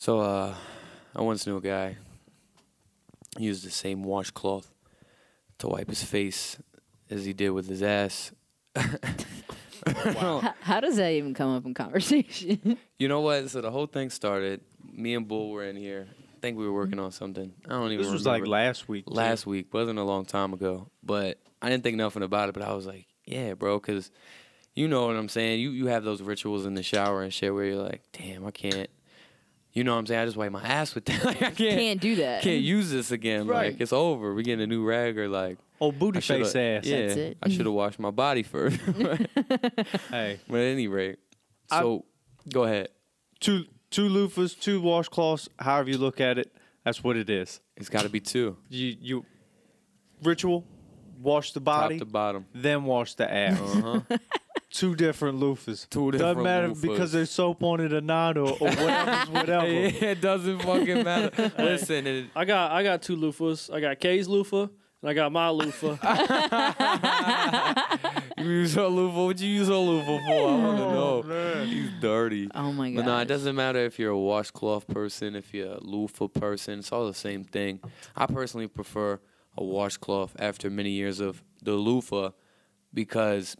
So uh, I once knew a guy. He used the same washcloth to wipe his face as he did with his ass. How, how does that even come up in conversation? You know what? So the whole thing started. Me and Bull were in here. I think we were working on something. I don't even. This was like remember. last week. too. last week. wasn't a long time ago, but I didn't think nothing about it. But I was like, yeah, bro, because you know what I'm saying. You you have those rituals in the shower and shit where you're like, damn, I can't. You know what I'm saying? I just wipe my ass with that. Like, I can't, Can't do that. Can't use this again. Right. Like it's over. We getting a new rag or like. Oh, booty I shoulda- face ass. Yeah, That's it. I should have washed my body first. Hey, but at any rate, I- so go ahead. two two loofahs, two washcloths. However you look at it, that's what it is. It's got to be two, You you ritual, wash the body, top to bottom. then wash the ass. Uh huh. Two different loofahs. Two Doesn't different matter loofahs. because there's soap on it or not or, or whatever's whatever. it doesn't fucking matter. Listen, it, I got I got two loofahs. I got Kay's loofah and I got my loofah. You use her loofah? What you use her loofah for? I Oh, want to know. man. He's dirty. oh my god. But no, it doesn't matter if you're a washcloth person, if you're a loofah person. It's all the same thing. I personally prefer a washcloth after many years of the loofah because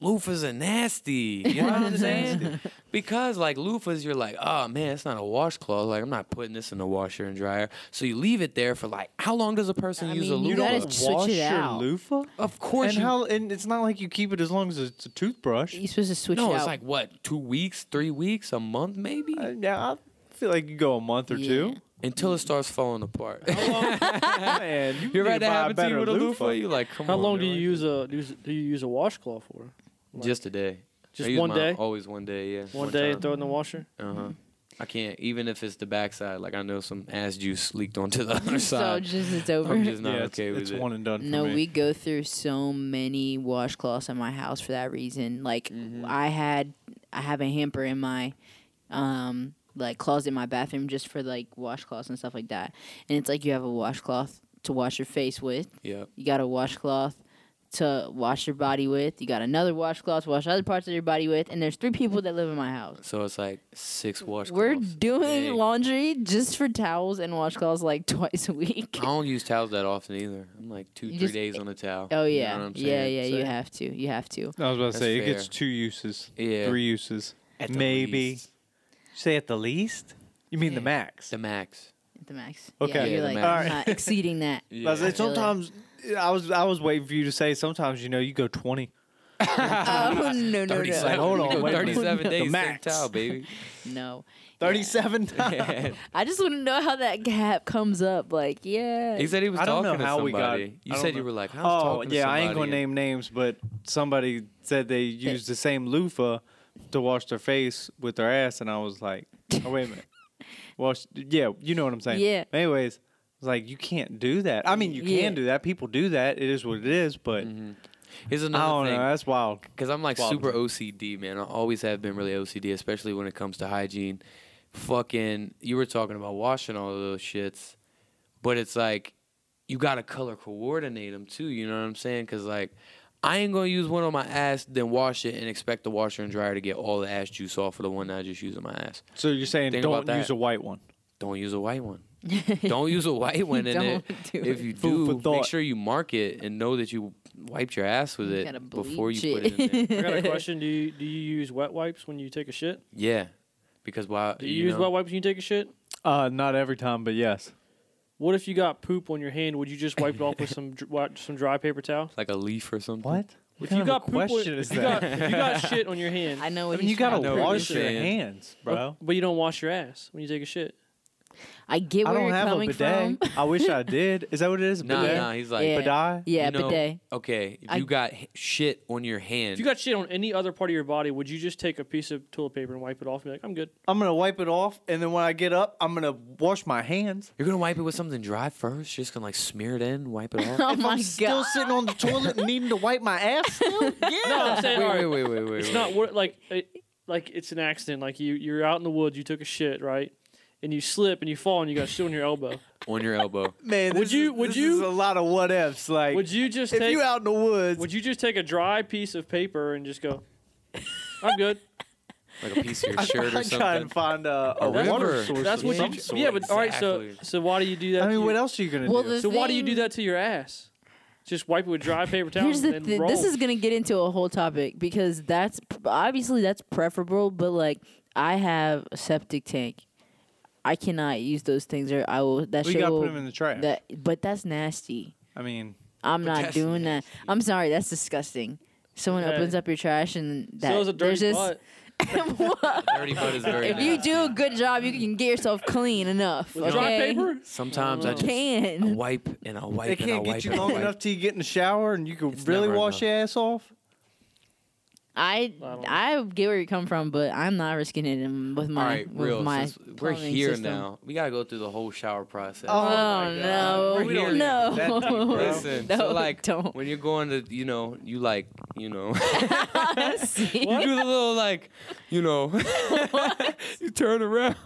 loofahs are nasty. You know what I'm saying? Because like loofahs, you're like, oh man, it's not a washcloth. Like I'm not putting this in the washer and dryer. So you leave it there for like how long does a person I use a mean, loofah? You You don't gotta switch wash it your out. loofah. of course, And you how? And it's not like you keep it as long as it's a toothbrush. You're supposed to switch No, it out. it's like what, two weeks, three weeks, a month maybe? Uh, yeah, I feel like you go a month or Yeah. two. Until it starts falling apart. Man, you You're need right that to buy a happened to you better with a loofah. You're like, come How on. long do you man. use a do you, do you use a washcloth for? Just a day. Just I use one mine day? Always one day, yeah. One, day and time. throw it in the washer. Uh-huh. I can't, even if it's the backside. Like, I know some ass juice leaked onto the other so side. just it's over. I'm just not yeah, it's, okay with it's it. one and done. for No, me. we go through so many washcloths in my house for that reason. Like Mm-hmm. I had I have a hamper in my um like closet in my bathroom just for like washcloths and stuff like that. And it's like you have a washcloth to wash your face with. yeah. You got a washcloth to wash your body with. You got another washcloth to wash other parts of your body with. And there's three people that live in my house. So it's like six washcloths. We're a doing day. laundry just for towels and washcloths like twice a week. I don't use towels that often either. I'm like two, three You just- days on a towel. Oh You know yeah, what I'm yeah, saying? yeah. So- You have to, you have to. I was about to That's say it fair. gets two uses, Yeah. three uses, At the maybe. least. Say at the least. You mean Yeah. the max? The max. At the max. Okay. Yeah, Yeah, you're the like max. I'm not exceeding that. I was Yeah. like, sometimes I was I was waiting for you to say. Sometimes you know you go twenty. oh no no It's no like, hold on, wait a minute. 37 days, The max. max. towel, baby. no. Thirty-seven. Yeah. I just want to know how that gap comes up. Like yeah. He said he was I don't talking know to how we somebody. got- I you don't said you know. were like, I was Oh talking to yeah, I ain't somebody gonna name names, but somebody said they used the same loofah to wash their face with their ass, and I was like, oh wait a minute, wash. Yeah, you know what I'm saying. Yeah. Anyways, I was like, you can't do that. I mean, you Yeah. can do that. People do that. It is what it is. But and- Here's I don't another know. thing. That's wild. Because I'm like Wild super OCD, man. I always have been really OCD, especially when it comes to hygiene. Fucking, you were talking about washing all of those shits, but it's like you gotta color coordinate them too. You know what I'm saying? Because like, I ain't gonna use one on my ass, then wash it, and expect the washer and dryer to get all the ass juice off of the one that I just used on my ass. So you're saying Think about don't that. use a white one. Don't use a white one. Don't use a white one. And it, Don't do if it. you Food do, for make thought. sure you mark it and know that you wiped your ass with You gotta it before you bleach put it in there. I got a question. Do you do you use wet wipes when you take a shit? yeah. Because why? Do you, use know, wet wipes when you take a shit? Uh, not every time, but yes. What if you got poop on your hand? Would you just wipe it off with some dr- wi- some dry paper towel? like a leaf or something. What If you kind of got a poop on- question is if you that? got, if you got shit on your hand, I know I what mean, you he's trying gotta to know do. what wash you're your saying. hands, bro. but you don't wash your ass when you take a shit. I get I where don't you're have a coming bidet. from. I wish I did. Is that what it is? Nah, bidet? nah. He's like, Yeah. but Bidet? Yeah, you know, bidet. Okay, if I- you got h- shit on your hand. If you got shit on any other part of your body, would you just take a piece of toilet paper and wipe it off and be like, I'm good? I'm gonna wipe it off, and then when I get up, I'm gonna wash my hands. you're gonna wipe it with something dry first. You're just gonna like smear it in, wipe it off. Oh if my I'm god. still sitting on the toilet and needing to wipe my ass, still, No, yeah. I'm saying, all right, wait, wait, wait, wait, wait. it's wait. not wor- like it, like it's an accident. Like you you're out in the woods, you took a shit, right? And you slip and you fall and you got shit on your elbow. on your elbow. Man, Would this you- Is, would this you- Is a lot of what ifs. Like, Would you just if take you out in the woods, Would you just take a dry piece of paper and just go, I'm good? like a piece of your I- shirt I or try and something. find a, a A river. water source. That's of what some you. sort. Yeah, but all right. So Exactly. so why do you do that? I to mean, your- what else are you gonna Well, do? the So why do you do thing- that to your ass? Just wipe it with dry paper towel Here's and the then thing. roll. This is gonna get into a whole topic because that's obviously that's preferable, but like I have a septic tank. I cannot use those things, or I will. That we shit gotta will. put them in the trash. that, but that's nasty. I mean, I'm But not that's doing that. I'm sorry. That's disgusting. Someone Okay. opens up your trash and that so is a dirty there's this. butt Dirty butt is very if you nasty. do a good job, you can get yourself clean enough. with okay? dry paper. Sometimes I Oh. You just I Can wipe and I wipe they and I can't wipe get you and I long wipe. enough to get in the shower and you can It's really never wash enough. your ass off. I? don't know. I get where you come from, but I'm not risking it in- with my All right, with real. my. Since we're plumbing here system. now. We gotta go through the whole shower process. Oh, Oh my no! God. We don't even no! get that deep, bro. Listen, no, so like don't. when you're going to, you know, you like, you know, See? you do the little like, you know, you turn around,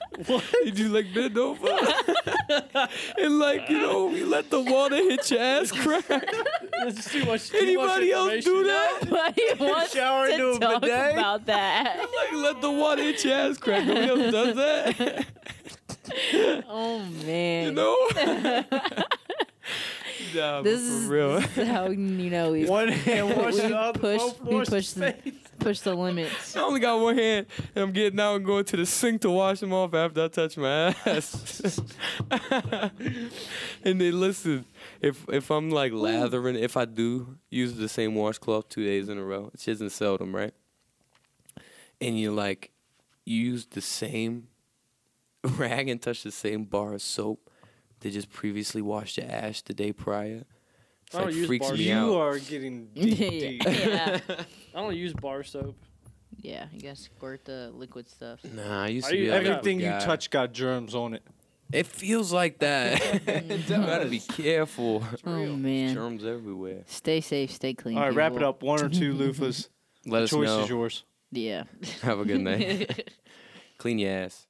you do like bend over, and like you know, you let the water hit your ass crack. It's too much. Too Anybody much else do information. that? Nobody wants Shower to into a talk bidet? about that. Like let the water hit your ass crack. Nobody else does that. Oh man! You know. Nah, but this for is, real. this is how you know we One hand wash we the other, push- both we wash the push the- face. push the limits. I only got one hand, and I'm getting out and going to the sink to wash them off after I touch my ass. and they listen, if if I'm like lathering, if I do use the same washcloth two days in a row, which isn't seldom, right? And you like you use the same rag and touch the same bar of soap that just previously washed your ass the day prior. It's I don't like use freaks bar me soap. out. You are getting deep, deep. yeah, I don't use bar soap. yeah. You gotta squirt the liquid stuff. nah, I used Are to be you- a liquid Everything you guy. touch got germs on it. It feels like that. you gotta be careful. Oh man! Germs everywhere. Stay safe. Stay clean. All right, wrap it people. up. One or two loofahs. Let the us choice is know. yours. Yeah. Have a good night. Clean your ass.